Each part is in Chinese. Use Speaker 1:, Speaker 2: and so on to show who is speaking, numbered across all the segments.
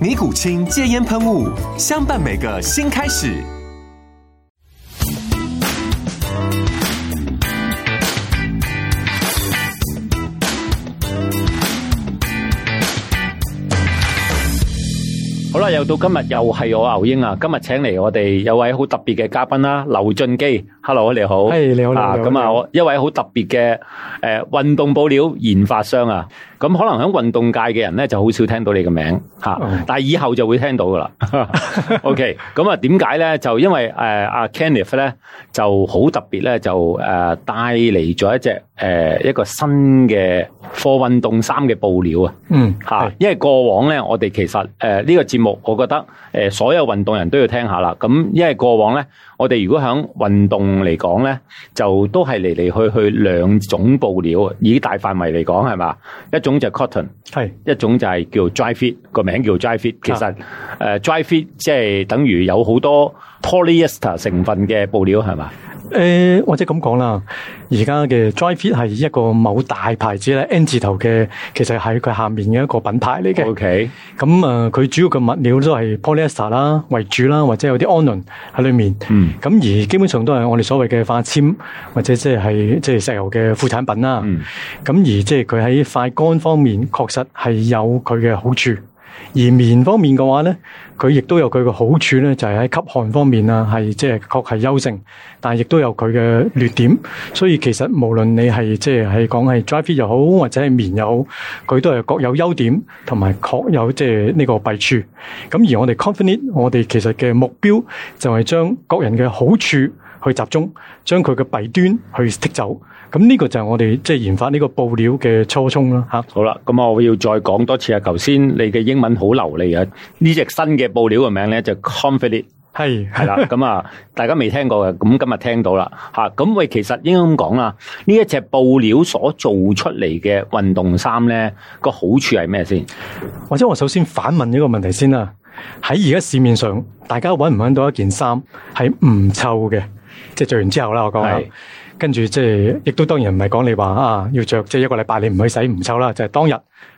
Speaker 1: 尼古清戒烟喷雾，相伴每个新开始。
Speaker 2: 好啦，又到今日又係我牛英啊！今日請嚟我哋有位好特別嘅嘉賓啦，劉俊基。Hello，你好。
Speaker 3: 係你好你好
Speaker 2: 啊
Speaker 3: 你
Speaker 2: 咁
Speaker 3: 好你
Speaker 2: 啊，
Speaker 3: 好
Speaker 2: 我一位好特別嘅誒運動布料研發商啊。咁可能喺運動界嘅人咧就好少聽到你嘅名嚇，
Speaker 3: 哦
Speaker 2: 但係以後就會聽到噶 啦。OK，咁啊點解咧？就因為誒阿 Kenneth 咧就好特別咧，就誒帶嚟咗一隻誒、呃一個新嘅 for 運動衫嘅布料啊。
Speaker 3: 嗯，
Speaker 2: 吓
Speaker 3: 係，
Speaker 2: 因為過往咧，我哋其實诶呢、個節目，我覺得诶、呃所有運動人都要聽下啦。咁因為過往咧，我哋如果響運動嚟講咧，就都係嚟嚟去去兩種布料啊，以大範圍嚟講係嘛，一種就係 cotton，
Speaker 3: 係
Speaker 2: 一種就係叫 dry fit，個名叫 dry fit。其實诶、呃 dry fit 即係等於有好多 polyester 成分嘅布料係嘛，
Speaker 3: 誒、或者咁講啦，而家嘅 Dry Fit 係一個某大牌子咧 N 字頭嘅，其實係佢下面嘅一個品牌嚟嘅。
Speaker 2: OK，
Speaker 3: 咁啊，佢主要嘅物料都係 polyester 啦為主啦，或者有啲 anon 喺裡面。
Speaker 2: 嗯
Speaker 3: 咁而基本上都係我哋所謂嘅化纖或者即係即係石油嘅副產品啦。咁、
Speaker 2: 嗯
Speaker 3: 而即係佢喺快乾方面確實係有佢嘅好處。而棉方面嘅話咧，佢亦都有佢嘅好處咧，就係喺吸汗方面啊，係即係確係優勝，但係亦都有佢嘅劣點。所以其實無論你係即係係講係 dry fit 又好，或者係棉又好，佢都係各有優點，同埋確有即係呢個弊處。咁而我哋 confident，我哋其實嘅目標就係將各人嘅好處去集中，將佢嘅弊端去剔走。咁呢個就係我哋即係研發呢個布料嘅初衷啦，嚇。
Speaker 2: 好啦，咁我要再講多次啊！頭先你嘅英文好流利啊！呢只新嘅布料嘅名咧就 confident。
Speaker 3: 係
Speaker 2: 係 啦，咁啊，大家未聽過嘅，咁今日聽到啦，吓咁喂，其實應該咁講啦，呢一隻布料所做出嚟嘅運動衫咧，個好處係咩先？
Speaker 3: 或者我首先反問呢個問題先啦。喺而家市面上，大家揾唔揾到一件衫係唔臭嘅？即係着完之後啦，我講下
Speaker 2: 係。
Speaker 3: 跟住即係，亦都當然唔係講你話啊，要着即係一個禮拜你唔去洗唔臭啦，就係、當日，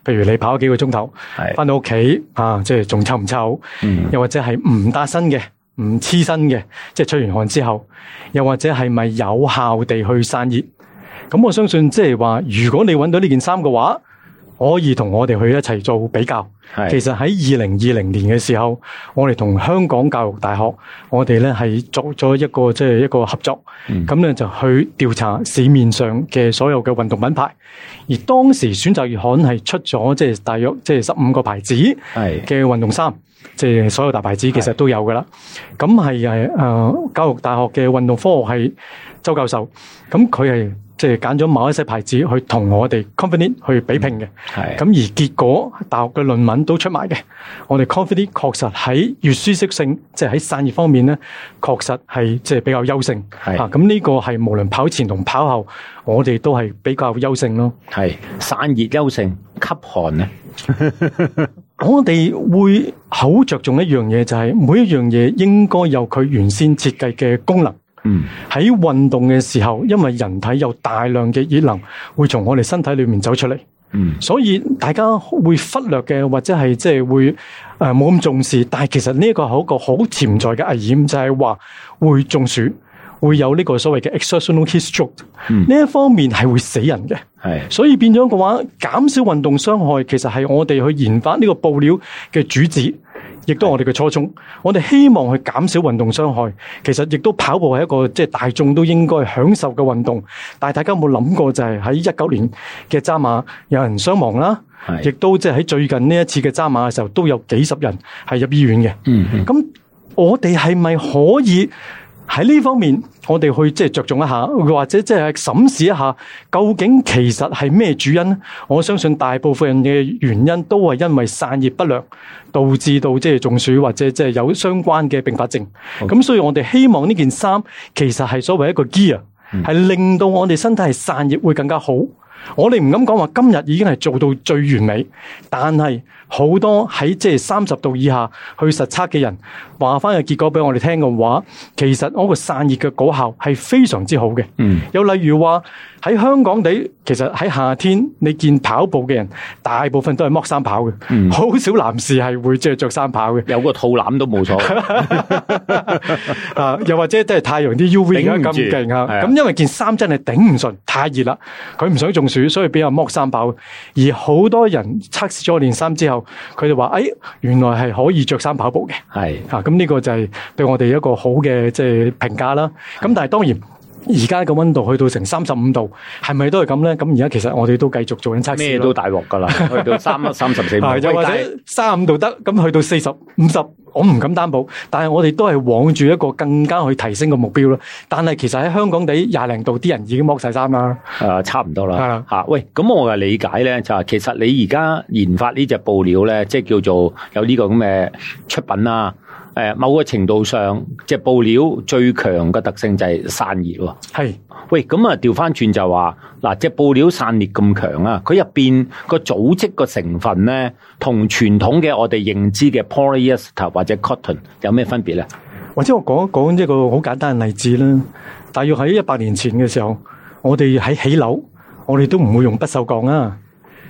Speaker 3: 譬如你跑咗幾個鐘頭，
Speaker 2: 係
Speaker 3: 翻到屋企啊，即係仲臭唔臭？
Speaker 2: 嗯
Speaker 3: 又或者係唔搭身嘅、唔黐身嘅，即係吹完汗之後，又或者係咪有效地去散熱？咁我相信即係話，如果你揾到呢件衫嘅話，可以同我哋去一齊做比較。
Speaker 2: 係
Speaker 3: 其實喺二零二零年嘅時候，我哋同香港教育大學，我哋咧係作咗一個即係一個合作，咁咧、就去調查市面上嘅所有嘅運動品牌，而當時選擇月刊係出咗即係大約即係十五個牌子
Speaker 2: 係
Speaker 3: 嘅運動衫，即係所有大牌子其實都有噶啦。咁係係誒教育大學嘅運動科學系周教授，咁佢係即係揀咗某一些牌子去同我哋 company 去比拼嘅。
Speaker 2: 係
Speaker 3: 咁而結果大學嘅論文都出埋嘅，我哋 Confident 確實喺越舒適性，即係喺散熱方面咧，確實係即係比較優勝。
Speaker 2: 係
Speaker 3: 啊，咁呢個係無論跑前同跑後，我哋都係比較優勝咯。
Speaker 2: 係散熱優勝，吸汗啊咧，
Speaker 3: 我哋會好着重一樣嘢，就係、每一樣嘢應該有佢原先設計嘅功能。
Speaker 2: 嗯
Speaker 3: 喺運動嘅時候，因為人體有大量嘅熱能會從我哋身體裏面走出嚟。
Speaker 2: 嗯
Speaker 3: 所以大家會忽略嘅，或者係即係會誒冇咁重視，但係其實呢一個係一個好潛在嘅危險，就係、話會中暑，會有呢個所謂嘅 exertional heat stroke，呢、一方面係會死人嘅。
Speaker 2: 係
Speaker 3: 所以變咗嘅話，減少運動傷害其實係我哋去研發呢個布料嘅主旨。亦都係我哋嘅初衷。我哋希望去減少運動傷害，其實亦都跑步係一個即係大眾都應該享受嘅運動。但係大家有冇諗過就係喺一九年嘅渣馬有人傷亡啦，
Speaker 2: 係
Speaker 3: 亦都即係喺最近呢一次嘅渣馬嘅時候都有幾十人係入醫院嘅。
Speaker 2: 嗯嗯
Speaker 3: 咁我哋係咪可以喺呢方面，我哋去即係着重一下，或者即係審視一下，究竟其實係咩主因？我相信大部分人嘅原因都係因為散熱不良，導致到即係中暑或者即係有相關嘅併發症。咁
Speaker 2: OK
Speaker 3: 所以我哋希望呢件衫其實係所謂一個 gear，係令到我哋身體係散熱會更加好。我哋唔敢講話今日已經係做到最完美，但係好多喺即係三十度以下去實測嘅人話翻個結果俾我哋聽嘅話，其實嗰個散熱嘅果效係非常之好嘅。
Speaker 2: 嗯
Speaker 3: 又例如話喺香港地，其實喺夏天你見跑步嘅人，大部分都係剝衫跑嘅，好、少男士係會即係着衫跑嘅。
Speaker 2: 有個肚腩都冇所謂，
Speaker 3: 啊，又或者即係太陽啲 UV
Speaker 2: 頂
Speaker 3: 而
Speaker 2: 唔
Speaker 3: 家
Speaker 2: 住
Speaker 3: 咁勁
Speaker 2: 係
Speaker 3: 啊，
Speaker 2: 啊
Speaker 3: 咁因為件衫真係頂唔順，太熱啦，佢唔想中暑，所以比較剝衫爆。而好多人測試咗我件衫之後，佢哋話：，誒、哎原來係可以着衫跑步嘅。
Speaker 2: 係
Speaker 3: 啊，咁呢個就係對我哋一個好嘅即係評價啦。咁但係當然。而家嘅温度去到成三十五度，係咪都係咁咧？咁而家其實我哋都繼續做緊測
Speaker 2: 咩
Speaker 3: 試
Speaker 2: 都
Speaker 3: 咯。
Speaker 2: 大鑊㗎啦，去到三三十四
Speaker 3: 啊，又或者三五度得，咁去到四十、五十，我唔敢擔保，但係我哋都係往住一個更加去提升嘅目標咯。但係其實喺香港地廿零度，啲人已經剝晒衫啦。
Speaker 2: 诶、啊差唔多
Speaker 3: 係
Speaker 2: 啦
Speaker 3: 啦
Speaker 2: 吓、啊喂，咁我嘅理解咧就係其實你而家研發呢只布料咧，即係叫做有呢個咁嘅出品啦。诶、某個程度上，只布料最強嘅特性就係散熱喎。
Speaker 3: 係
Speaker 2: 喂，咁啊，調翻轉就話嗱，只布料散熱咁強啊，佢入邊個組織個成分咧，同傳統嘅我哋認知嘅 polyester 或者 cotton 有咩分別咧？
Speaker 3: 或者我講一講一個好簡單嘅例子啦。大約喺一百年前嘅時候，我哋喺起樓，我哋都唔會用不鏽鋼啊。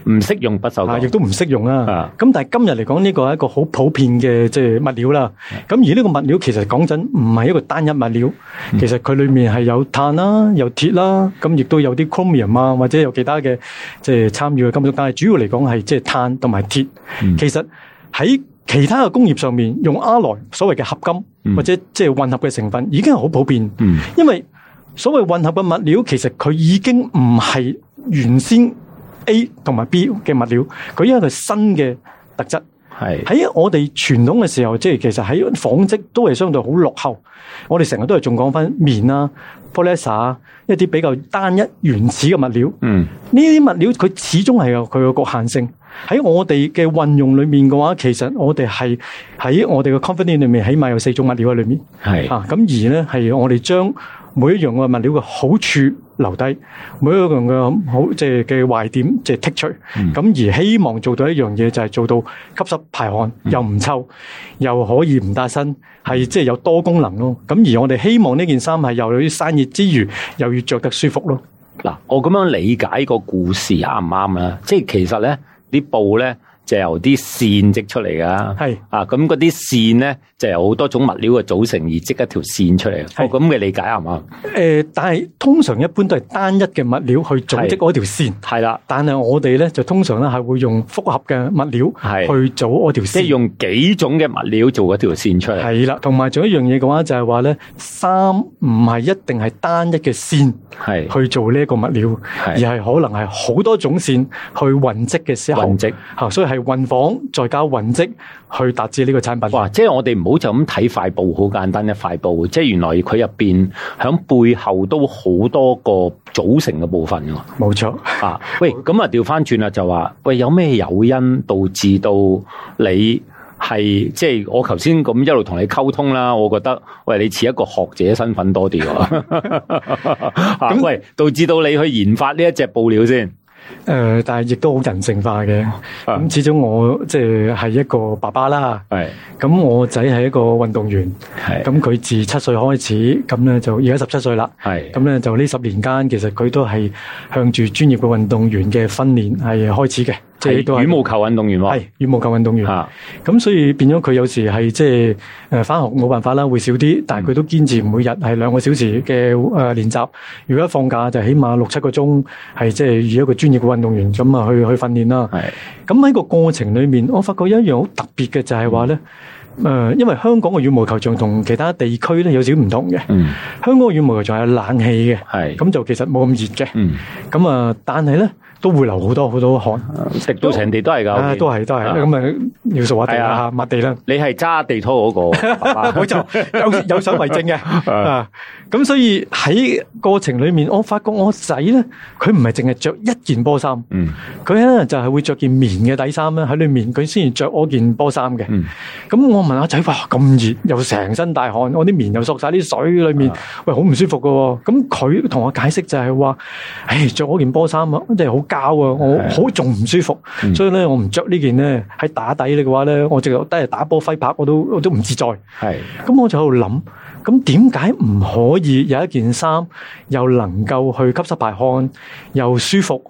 Speaker 2: 唔識用不鏽
Speaker 3: 啊，亦
Speaker 2: 鋼，
Speaker 3: 都唔適用
Speaker 2: 啊
Speaker 3: 啦。咁但係今日嚟講，呢個係一個好普遍嘅即係物料啦。
Speaker 2: 啊
Speaker 3: 咁而呢個物料其實講真唔係一個單一物料，
Speaker 2: 嗯
Speaker 3: 其實佢裡面係有碳啦、有鐵啦，咁亦都有啲 chromium 啊，或者有其他嘅即係參與嘅金屬。但係主要嚟講係即係碳同埋鐵。
Speaker 2: 嗯
Speaker 3: 其實喺其他嘅工業上面用 alloy 所謂嘅合金或者即係混合嘅成分已經係好普遍。
Speaker 2: 嗯
Speaker 3: 因為所謂混合嘅物料，其實佢已經唔係原先 A 同埋 B 嘅物料，佢因為佢新嘅特質。
Speaker 2: 係
Speaker 3: 喺我哋傳統嘅時候，即係其實喺紡織都係相對好落後。我哋成日都係仲講翻棉啊、polyester 啊一啲比較單一原始嘅物料。
Speaker 2: 嗯
Speaker 3: 呢啲物料佢始終係有佢嘅局限性。喺我哋嘅運用裏面嘅話，其實我哋係喺我哋嘅 company 裏面，起碼有四種物料喺裏面。
Speaker 2: 係
Speaker 3: 啊，咁而咧係我哋將每一樣嘅物料嘅好處留低，每一樣嘅好即係嘅壞點即係剔除，咁、而希望做到一樣嘢就係做到吸濕排汗，又唔臭，又可以唔帶身，係即係有多功能咯。咁而我哋希望呢件衫係又有啲散熱之餘，又要着得舒服咯。
Speaker 2: 嗱，我咁樣理解個故事啱唔啱啦？即係其實咧，啲布咧就由啲線織出嚟噶。
Speaker 3: 係
Speaker 2: 啊，咁嗰啲線咧就由好多種物料嘅組成而織一條線出嚟。
Speaker 3: 係
Speaker 2: 我咁嘅理解啱唔啱？
Speaker 3: 誒、但係通常一般都係單一嘅物料去組
Speaker 2: 係
Speaker 3: 織嗰條線。
Speaker 2: 係啦，
Speaker 3: 但係我哋咧就通常咧係會用複合嘅物料
Speaker 2: 係
Speaker 3: 去組嗰條
Speaker 2: 即係
Speaker 3: 線。
Speaker 2: 用幾種嘅物料做嗰條線出嚟。
Speaker 3: 係啦，同埋仲有一樣嘢嘅話，就係話咧，衫唔係一定係單一嘅線
Speaker 2: 係
Speaker 3: 去做呢一個物料，而係可能係好多種線去混織嘅時候，
Speaker 2: 混織
Speaker 3: 嚇，所以係混紡再加混織去達至呢個產品。
Speaker 2: 哇！即係我哋唔好就咁睇塊布，好簡單一塊布。即係原來佢入邊響背後都好多個組成嘅部分㗎喎。
Speaker 3: 冇錯，
Speaker 2: 啊，喂，咁啊調翻轉啦，就話喂，有咩誘因導致到你係即係我頭先咁一路同你溝通啦，我覺得喂你似一個學者身份多啲 喎，啊喂，導致到你去研發呢一隻布料先，
Speaker 3: 誒、但係亦都好人性化嘅。
Speaker 2: 啊
Speaker 3: 咁始終我即係係一個爸爸啦，
Speaker 2: 係
Speaker 3: 咁我仔係一個運動員，
Speaker 2: 係
Speaker 3: 咁佢自七歲開始，咁咧就而家十七歲啦。
Speaker 2: 係
Speaker 3: 咁咧就呢十年間，其實佢都係向住專業嘅運動員嘅訓練係開始嘅，即係都
Speaker 2: 係
Speaker 3: 係
Speaker 2: 羽毛球運動員喎
Speaker 3: 係，羽毛球運動員。
Speaker 2: 啊
Speaker 3: 咁所以變咗佢有時係即係誒翻學冇辦法啦，會少啲，但係佢都堅持每日係兩個小時嘅誒練習。如果一放假就起碼六七個鐘，係即係以一個專業嘅運動員咁啊去去訓練啦。
Speaker 2: 係
Speaker 3: 咁喺個過程裏面，我發覺有一樣好特別嘅就係話咧，
Speaker 2: 嗯
Speaker 3: 誒、因為香港嘅羽毛球場同其他地區咧有少少唔同嘅。
Speaker 2: 嗯，
Speaker 3: 香港嘅羽毛球場有冷氣嘅，
Speaker 2: 係
Speaker 3: 咁就其實冇咁熱嘅。
Speaker 2: 嗯，
Speaker 3: 咁啊，但係咧都會流好多好多汗，
Speaker 2: 滴到成地都係㗎，
Speaker 3: 啊啊，都係都係。
Speaker 2: 啊
Speaker 3: 咁啊，要掃下地
Speaker 2: 係啊
Speaker 3: 啦，抹地啦。
Speaker 2: 你係揸地拖嗰、 個，爸爸
Speaker 3: 我就 有有相為證嘅啊。咁所以喺過程裏面，我發覺我仔咧，佢唔係淨係着一件波衫，
Speaker 2: 嗯
Speaker 3: 佢咧就係會着件棉嘅底衫咧喺裏面，佢先至着嗰件波衫嘅。
Speaker 2: 嗯
Speaker 3: 咁我問阿仔，哇咁熱，又成身大汗，我啲棉又索晒啲水裏面
Speaker 2: 啊，
Speaker 3: 喂好唔舒服嘅喎。咁佢同我解釋就係話，唉着嗰件波衫啊，真係好膠啊，我
Speaker 2: 係
Speaker 3: 好仲唔舒服，
Speaker 2: 嗯
Speaker 3: 所以咧我唔着呢件咧喺打底嘅話咧，我直頭低係打波揮拍我都我都唔自在。
Speaker 2: 係
Speaker 3: 咁我就喺度諗，咁點解唔可以有一件衫又能夠去吸濕排汗，又舒服，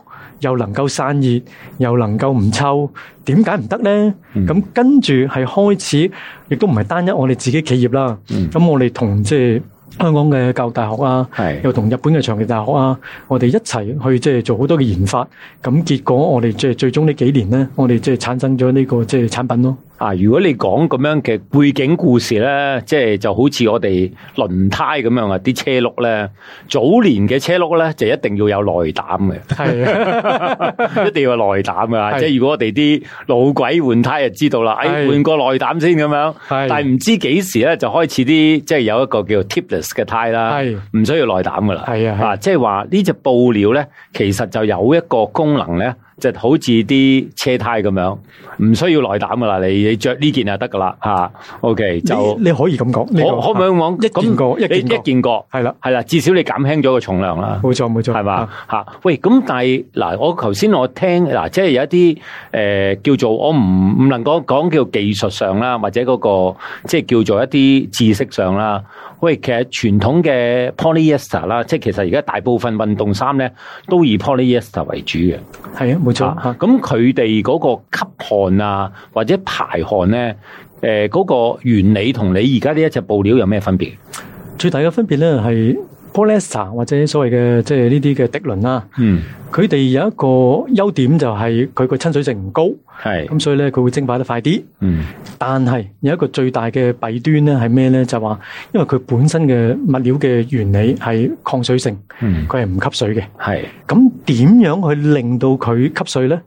Speaker 3: 又能夠散熱，又能夠唔臭？點解唔得呢？
Speaker 2: 嗯
Speaker 3: 咁、跟住係開始，亦都唔係單一我哋自己企業啦。
Speaker 2: 嗯
Speaker 3: 咁、我哋同即係香港嘅教育大學啊。
Speaker 2: 係
Speaker 3: 又同日本嘅長期大學啊，我哋一齊去即係做好多嘅研發，咁結果我哋即係最終呢幾年咧，我哋即係產生咗呢個即係 產品咯。
Speaker 2: 啊！如果你講咁樣嘅背景故事咧，即係就好似我哋輪胎咁樣啊，啲車轆咧，早年嘅車轆咧就一定要有內膽嘅。
Speaker 3: 係啊。
Speaker 2: 一定要有內膽噶，
Speaker 3: 係
Speaker 2: 即係如果我哋啲老鬼換胎就知道啦，哎
Speaker 3: 係
Speaker 2: 換個內膽先咁樣，但
Speaker 3: 係
Speaker 2: 係唔知幾時咧就開始啲即係有一個叫 tipless 嘅胎啦
Speaker 3: 係，
Speaker 2: 唔需要內膽噶啦，
Speaker 3: 係啊係
Speaker 2: 即係話呢只布料咧其實就有一個功能咧。就好似啲車胎咁樣，唔需要內膽噶啦，你你著呢件就得噶啦嚇。OK 就
Speaker 3: 你你可以咁講，呢個
Speaker 2: 可可唔可以講
Speaker 3: 一件過
Speaker 2: 咁
Speaker 3: 一件
Speaker 2: 你
Speaker 3: 過
Speaker 2: 一件過
Speaker 3: 係啦，
Speaker 2: 係啦，至少你減輕咗個重量啦。
Speaker 3: 冇錯冇錯，
Speaker 2: 係嘛
Speaker 3: 啊？
Speaker 2: 吓？喂，咁但係嗱，我頭先我聽嗱，即係有一啲诶、呃叫做我唔唔能講講叫技術上啦，或者嗰、個即係叫做一啲知識上啦。喂，其實傳統嘅 polyester 啦，即係其實而家大部分運動衫咧都以 polyester 為主嘅。
Speaker 3: 係啊，冇錯
Speaker 2: 啊
Speaker 3: 嚇。
Speaker 2: 咁佢哋嗰個吸汗啊，或者排汗咧，诶、嗰、個原理同你而家呢一隻布料有咩分別？
Speaker 3: 最大嘅分別咧係 polyester 或者所謂嘅即係呢啲嘅滴輪啦，
Speaker 2: 嗯，
Speaker 3: 佢哋有一個優點就係佢個親水性唔高，
Speaker 2: 係，
Speaker 3: 咁所以咧佢會蒸發得快啲。
Speaker 2: 嗯，
Speaker 3: 但係有一個最大嘅弊端咧係咩咧？就話因為佢本身嘅物料嘅原理係抗水性，
Speaker 2: 嗯，
Speaker 3: 佢係唔吸水嘅。
Speaker 2: 係，
Speaker 3: 咁點樣去令到佢吸水咧？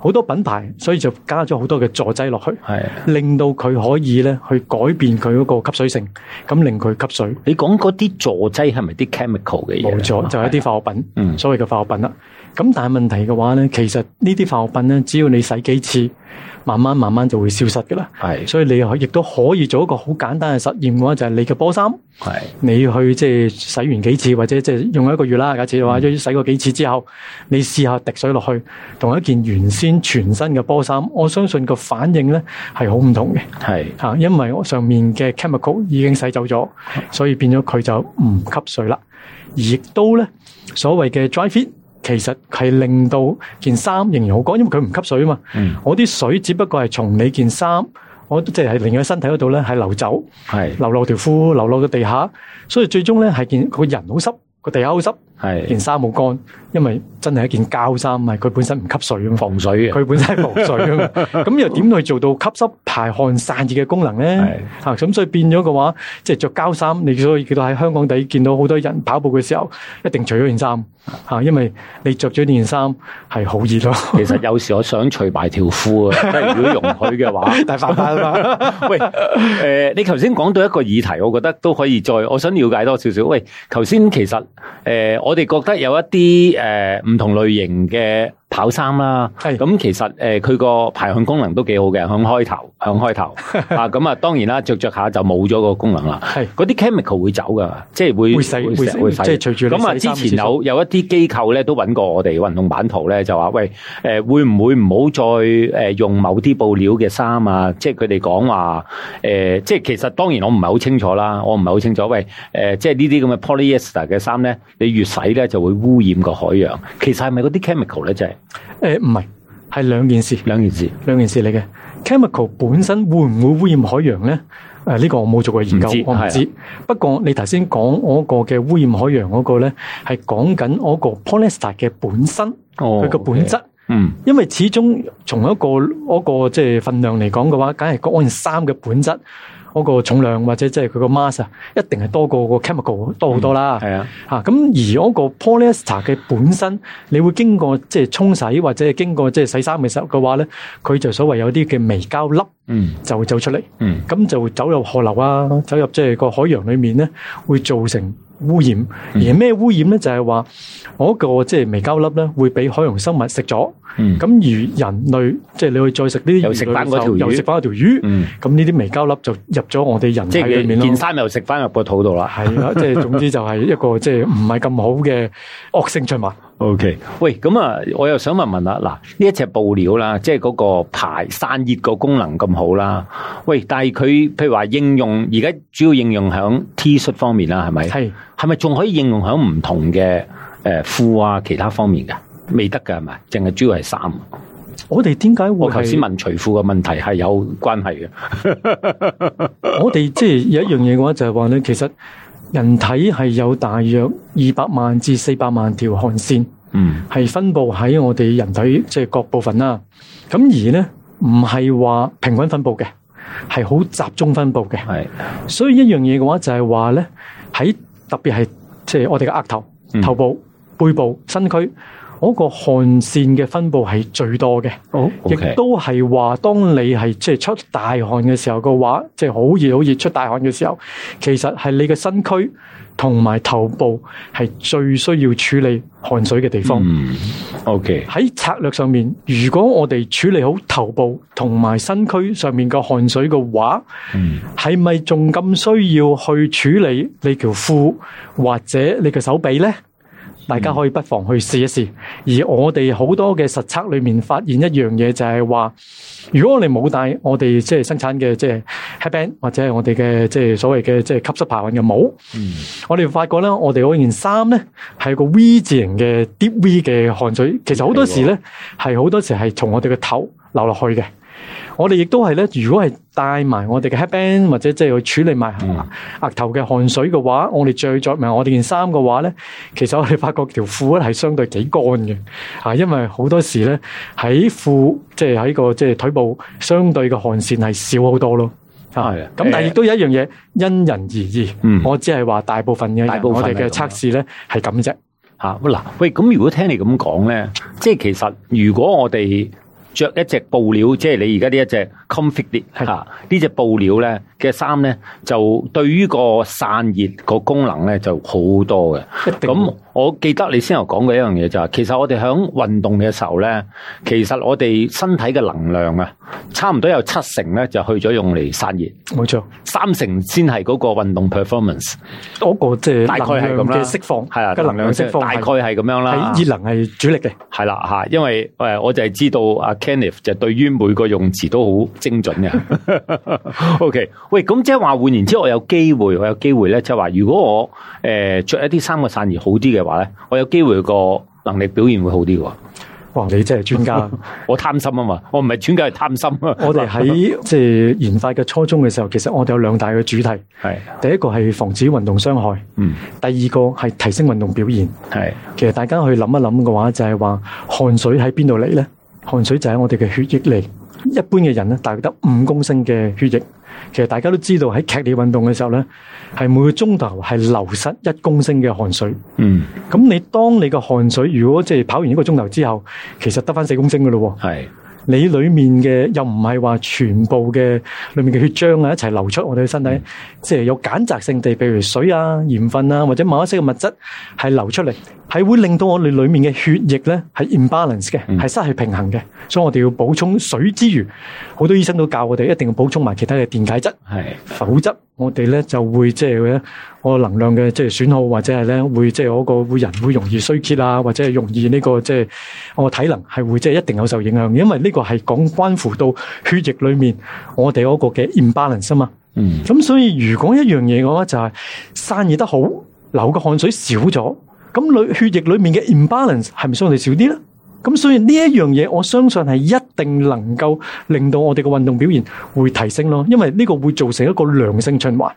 Speaker 3: 好多品牌所以就加咗好多嘅助劑落去。
Speaker 2: 係。
Speaker 3: 令到佢可以咧去改變佢嗰個吸水性，咁令佢吸水。
Speaker 2: 你講嗰啲助劑係咪啲 chemical 嘅嘢？啊
Speaker 3: 冇錯，就係一啲化學品，
Speaker 2: 嗯
Speaker 3: 所謂嘅化學品啦。咁但係問題嘅話咧，其實呢啲化學品咧，只要你洗幾次，慢慢慢慢就會消失㗎啦。
Speaker 2: 係
Speaker 3: 所以你可亦都可以做一個好簡單嘅實驗嘅話，就係、你嘅波衫，
Speaker 2: 係
Speaker 3: 你去即係洗完幾次，或者即係用一個月啦，假設嘅話，洗過幾次之後，你試下滴水落去，同一件原先全新嘅波衫，我相信個反應咧係好唔同嘅。
Speaker 2: 係
Speaker 3: 嚇，因為我上面嘅 chemical 已經洗走咗，所以變咗佢就唔吸水啦。而亦都咧，所謂嘅 dry fit 其實係令到件衫仍然好乾，因為佢唔吸水啊嘛。
Speaker 2: 嗯
Speaker 3: 我啲水只不過係從你件衫，我即係令佢身體嗰度咧係流走，
Speaker 2: 係
Speaker 3: 流落條褲，流落個地下，所以最終咧係件個人好濕，個地下好濕，
Speaker 2: 係
Speaker 3: 件衫好乾，因為真係一件膠衫，係佢本身唔吸水啊嘛。
Speaker 2: 防水嘅。
Speaker 3: 佢本身係防水啊嘛，咁又點去做到吸濕排汗散熱嘅功能咧？嚇咁、所以變咗嘅話，即係着膠衫，你所以見到喺香港地見到好多人跑步嘅時候，一定除咗件衫嚇，因為你着咗呢件衫係好熱咯，
Speaker 2: 其實有時我想除埋條褲啊，即係如果容許嘅話。
Speaker 3: 大反派啊嘛。
Speaker 2: 喂，诶、你頭先講到一個議題，我覺得都可以再，我想了解多少少。喂，頭先其實诶、誒我哋覺得有一啲诶唔同類型嘅跑衫啦，
Speaker 3: 係
Speaker 2: 咁其實诶佢個排汗功能都幾好嘅，響開 頭，響開頭啊，咁啊當然啦，着着下就冇咗個功能啦。
Speaker 3: 係
Speaker 2: 嗰啲 chemical 會走噶，即係會
Speaker 3: 會洗會洗
Speaker 2: 會洗
Speaker 3: 即係隨住
Speaker 2: 咁
Speaker 3: 你
Speaker 2: 啊，
Speaker 3: 洗衫
Speaker 2: 之前
Speaker 3: 次
Speaker 2: 有
Speaker 3: 數
Speaker 2: 有一啲機構咧都揾過我哋運動版圖咧，就話喂誒、呃、會唔會唔好再誒、呃用某啲布料嘅衫啊？即係佢哋講話誒，即係其實當然我唔係好清楚啦，我唔係好清楚。喂誒、呃即係呢啲咁嘅 polyester 嘅衫咧，你越洗咧就會污染個海洋。其實係咪嗰啲 chemical 咧？就係、
Speaker 3: 誒唔係，係兩件事，
Speaker 2: 兩件事，
Speaker 3: 兩件事嚟嘅。chemical 本身會唔會污染海洋咧？誒、呢、個我冇做過研究
Speaker 2: 唔知，
Speaker 3: 我唔
Speaker 2: 係
Speaker 3: 知。不過你頭先講我嗰個嘅污染海洋嗰個咧，係講緊我個 polyester 嘅本身。
Speaker 2: 哦
Speaker 3: 佢個本質
Speaker 2: 嗯
Speaker 3: 因為始終從一個嗰、個即係份量嚟講嘅話，梗係嗰件衫嘅本質嗰、個重量或者即係佢個 mass 啊，一定係多過個 chemical 多好多啦。
Speaker 2: 係啊，
Speaker 3: 嚇咁、而嗰個 polyester 嘅本身，你會經過即係沖洗或者係經過即係洗衫嘅時候嘅話咧，佢就所謂有啲嘅微膠粒
Speaker 2: 嗯
Speaker 3: 就會走出嚟，
Speaker 2: 嗯
Speaker 3: 咁就走入河流啊，走入即係個海洋裡面咧，會造成污染。
Speaker 2: 嗯
Speaker 3: 而咩污染咧？就係話嗰個即係微膠粒咧，會俾海洋生物食咗。
Speaker 2: 嗯
Speaker 3: 咁而人類即係你去再食呢啲
Speaker 2: 又食返嗰條魚
Speaker 3: 魚類嘅時候又食翻嗰條魚，
Speaker 2: 嗯，
Speaker 3: 咁呢啲微膠粒就入咗我哋人體
Speaker 2: 即
Speaker 3: 裏面
Speaker 2: 係
Speaker 3: 咯。
Speaker 2: 件衫又食翻入個肚度啦。
Speaker 3: 係啊啦，即係總之就係一個即係唔係咁好嘅惡性循環。
Speaker 2: O K，喂，咁啊，我又想問問啦，嗱，呢一隻布料啦，即係嗰個排散熱個功能咁好啦，喂，但係佢譬如話應用，而家主要應用響 T 恤方面啦，係咪？
Speaker 3: 係
Speaker 2: 係咪仲可以應用響唔同嘅誒褲啊其他方面㗎？未得㗎係咪？淨係主要係衫。
Speaker 3: 我哋點解會
Speaker 2: 我頭先
Speaker 3: 係
Speaker 2: 問除褲嘅問題係有關係嘅。
Speaker 3: 我哋即係有一樣嘢嘅話，就係話咧，其實人體係有大約二百萬至四百萬條汗腺，
Speaker 2: 嗯
Speaker 3: 係分布喺我哋人體即係各部分啦。咁而咧唔係話平均分布嘅，係好集中分布嘅。
Speaker 2: 係
Speaker 3: 所以一樣嘢嘅話就係話咧，喺特別係即係我哋嘅額頭
Speaker 2: 嗯、
Speaker 3: 頭部、背部、身軀嗰個汗腺嘅分布係最多嘅，
Speaker 2: 好
Speaker 3: 亦
Speaker 2: OK，
Speaker 3: 都係話當你係即係出大汗嘅時候嘅話，即係好熱好熱出大汗嘅時候，其實係你嘅身軀同埋頭部係最需要處理汗水嘅地方。
Speaker 2: 嗯 OK，
Speaker 3: 喺策略上面，如果我哋處理好頭部同埋身軀上面嘅汗水嘅話，
Speaker 2: 嗯
Speaker 3: 係咪仲咁需要去處理你條褲或者你嘅手臂呢？大家可以不妨去試一試。而我哋好多嘅實測裏面發現一樣嘢，就係話，如果我哋冇戴我哋即係生產嘅即係 headband 或者係我哋嘅即係所謂嘅即係吸濕排汗嘅帽，
Speaker 2: 嗯
Speaker 3: 我哋發覺咧，我哋嗰件衫咧係個 V 字形嘅 deep V 嘅汗水，其實好多時咧係好多時係從我哋嘅頭流落去嘅。我哋亦都係咧，如果係帶埋我哋嘅 headband 或者即係去處理埋
Speaker 2: 嗯
Speaker 3: 額頭嘅汗水嘅話，我哋再着埋我哋件衫嘅話咧，其實我哋發覺條褲咧係相對幾乾嘅，啊，因為好多時咧喺褲即係喺個即係腿部相對嘅汗腺係少好多咯。啊
Speaker 2: 係啊
Speaker 3: 咁但係亦都有一樣嘢因人而異，
Speaker 2: 嗯
Speaker 3: 我只係話大部分嘅
Speaker 2: 大
Speaker 3: 人
Speaker 2: 部
Speaker 3: 我
Speaker 2: 分係
Speaker 3: 哋
Speaker 2: 咁樣
Speaker 3: 嘅測試咧係咁啫。
Speaker 2: 吓啊嗱，喂，咁如果聽你咁講咧，即係其實如果我哋着一隻布料，即係你而家呢一隻 comfy
Speaker 3: 係
Speaker 2: 吓呢隻布料咧嘅衫咧，就對於個散熱個功能咧就好多嘅。
Speaker 3: 一定
Speaker 2: 咁我記得你先頭講過一樣嘢就係，其實我哋喺運動嘅時候咧，其實我哋身體嘅能量啊，差唔多有七成咧就去咗用嚟散熱，
Speaker 3: 冇錯，
Speaker 2: 三成先係嗰個運動 performance，
Speaker 3: 嗰個即係
Speaker 2: 大概係
Speaker 3: 能量
Speaker 2: 咁啦
Speaker 3: 嘅釋放，
Speaker 2: 係啦，
Speaker 3: 嘅能量
Speaker 2: 即係
Speaker 3: 釋放
Speaker 2: 大概
Speaker 3: 係
Speaker 2: 係咁樣啦。
Speaker 3: 係熱能係主力嘅，
Speaker 2: 係啦吓，因為誒我就係知道阿 Kenneth 就對於每個用詞都好精準 嘅。OK，喂，咁即係話換言之，我有機會，我有機會咧，即係話如果我誒著、一啲衫嘅散熱好啲嘅話咧，我有機會個能力表現會好啲喎。
Speaker 3: 哇！你真係專家。
Speaker 2: 我貪心啊嘛，我唔係專家，係貪心啊。
Speaker 3: 我哋喺即係研發嘅初衷嘅時候，其實我哋有兩大嘅主題，
Speaker 2: 係
Speaker 3: 第一個係防止運動傷害，
Speaker 2: 嗯
Speaker 3: 第二個係提升運動表現。
Speaker 2: 係
Speaker 3: 其實大家去諗一諗嘅話，就係話汗水喺邊度嚟呢？汗水就喺我哋嘅血液嚟。一般嘅人咧，大約得五公升嘅血液。其實大家都知道喺劇烈運動嘅時候咧，係每個鐘頭係流失一公升嘅汗水。
Speaker 2: 嗯
Speaker 3: 咁你當你嘅汗水如果即係跑完一個鐘頭之後，其實得翻四公升嘅咯喎。
Speaker 2: 係
Speaker 3: 你裡面嘅又唔係話全部嘅裡面嘅血漿啊一齊流出我哋嘅身體，即係有揀擇性地，譬如水啊、鹽分啊，或者某一些嘅物質係流出嚟，係會令到我哋裡面嘅血液咧係 imbalance 嘅，係失去平衡嘅。所以我哋要補充水之餘，好多醫生都教我哋一定要補充埋其他嘅電解質。
Speaker 2: 係
Speaker 3: 否則我哋咧就會即係咧，我能量嘅即係損耗，或者係咧會即係嗰個會人會容易衰竭啊，或者係容易呢、個即係我體能係會即係一定有受影響，因為呢個係講關乎到血液裡面我哋嗰個嘅 imbalance 啊嘛。
Speaker 2: 嗯
Speaker 3: 咁所以如果一樣嘢嘅話，就係散熱得好，流嘅汗水少咗，咁裏血液裏面嘅 imbalance 係咪相對少啲咧？咁所以呢一樣嘢，我相信係一定能夠令到我哋嘅運動表現會提升咯，因為呢個會造成一個良性循環，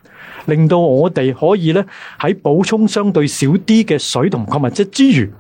Speaker 3: 令到我哋可以咧喺補充相對少啲嘅水同礦物質之餘，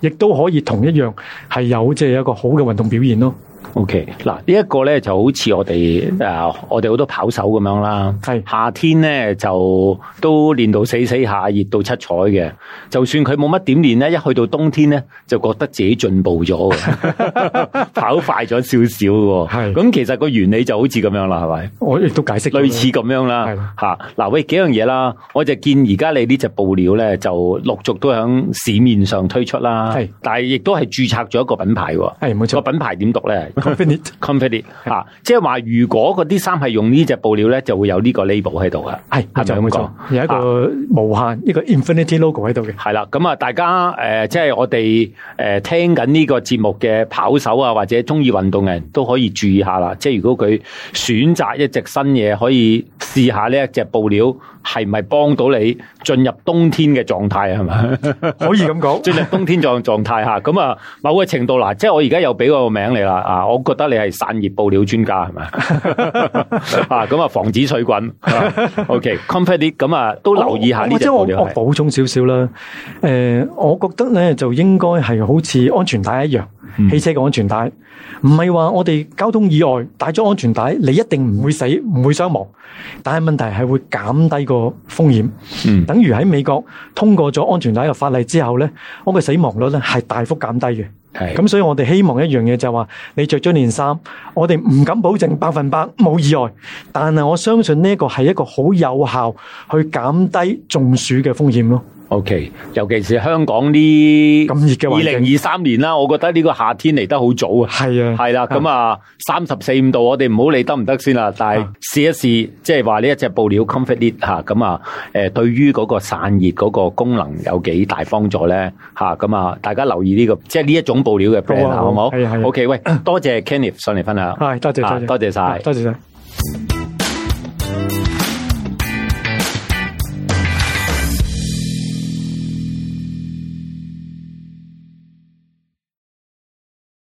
Speaker 3: 亦都可以同一樣係有即係一個好嘅運動表現咯。
Speaker 2: OK，嗱呢一個咧就好似我哋誒、呃我哋好多跑手咁樣啦。
Speaker 3: 係
Speaker 2: 夏天咧就都練到死死下，熱到七彩嘅。就算佢冇乜點練咧，一去到冬天咧，就覺得自己進步咗 嘅，跑快咗少少嘅喎。
Speaker 3: 係
Speaker 2: 咁，其實個原理就好似咁樣啦，係咪？
Speaker 3: 我亦都解釋咗啦
Speaker 2: 類似咁樣啦，嚇嗱喂幾樣嘢啦，我就見而家你呢只布料咧就陸續都響市面上推出啦
Speaker 3: 係，
Speaker 2: 但係亦都係註冊咗一個品牌喎。
Speaker 3: 係冇
Speaker 2: 個
Speaker 3: 錯
Speaker 2: 品牌點讀咧
Speaker 3: ，Confinite
Speaker 2: ？Confit 嚇，啊即係話如果嗰啲衫係用呢只布料咧，就會有呢個 label 喺度嘅。
Speaker 3: 係冇錯
Speaker 2: 係哎咪咁
Speaker 3: 啊
Speaker 2: 啊講
Speaker 3: 冇錯，有一個無限一個 Infinity logo 喺度 嘅。
Speaker 2: 係啦，咁啊，大家誒、呃即係我哋誒、呃、聽緊呢個節目嘅跑手啊，或者中意運動嘅人都可以注意下啦。即係如果佢選擇一隻新嘢，可以試下呢一隻布料係咪幫到你進入冬天嘅狀態啊係咪？
Speaker 3: 可以 咁講
Speaker 2: 進入冬天狀狀態下，咁啊，某個程度嗱，即係我而家又俾個名你啦啊，我覺得你係散熱布料專家 係咪啊？咁啊，防止水滾。OK，comfort 咁啊，都留意下呢隻
Speaker 3: 我
Speaker 2: 布
Speaker 3: 我即係
Speaker 2: 料
Speaker 3: 我我
Speaker 2: 係
Speaker 3: 補充少少啦。誒、我覺得咧就應該係好似安全帶一樣，
Speaker 2: 嗯
Speaker 3: 汽車嘅安全帶，唔係話我哋交通意外帶咗安全帶，你一定唔會死，唔會傷亡。但係問題係會減低個風險。
Speaker 2: 嗯
Speaker 3: 等於喺美國通過咗安全帶嘅法例之後咧，我嘅死亡率咧係大幅減低嘅。
Speaker 2: 係
Speaker 3: 咁所以我哋希望一樣嘢就係話，你着咗件衫，我哋唔敢保證百分百冇意外，但係我相信呢一個係一個好有效去減低中暑嘅風險咯。
Speaker 2: O、k 尤其是香港呢
Speaker 3: 咁熱嘅
Speaker 2: 二
Speaker 3: 環境
Speaker 2: 零二三年啦，我覺得呢個夏天嚟得好早啊。
Speaker 3: 係啊，
Speaker 2: 係啦，咁啊，三十四五度，我哋唔好理得唔得先啦，但係
Speaker 3: 啊
Speaker 2: 試一試，即係話呢一隻布料 comfort it 嚇，咁啊，誒對於嗰個散熱嗰個功能有幾大幫助咧嚇，咁啊，大家留意呢、個，即係呢一種布料嘅 brand
Speaker 3: 好啊
Speaker 2: 啊，
Speaker 3: 好
Speaker 2: 好
Speaker 3: 啊
Speaker 2: 唔好
Speaker 3: 係啊啊係啊
Speaker 2: ？OK，喂，多謝 Kenneth 上嚟分享，
Speaker 3: 係多謝
Speaker 2: 啊多
Speaker 3: 多謝
Speaker 2: 謝晒
Speaker 3: 啊多謝晒。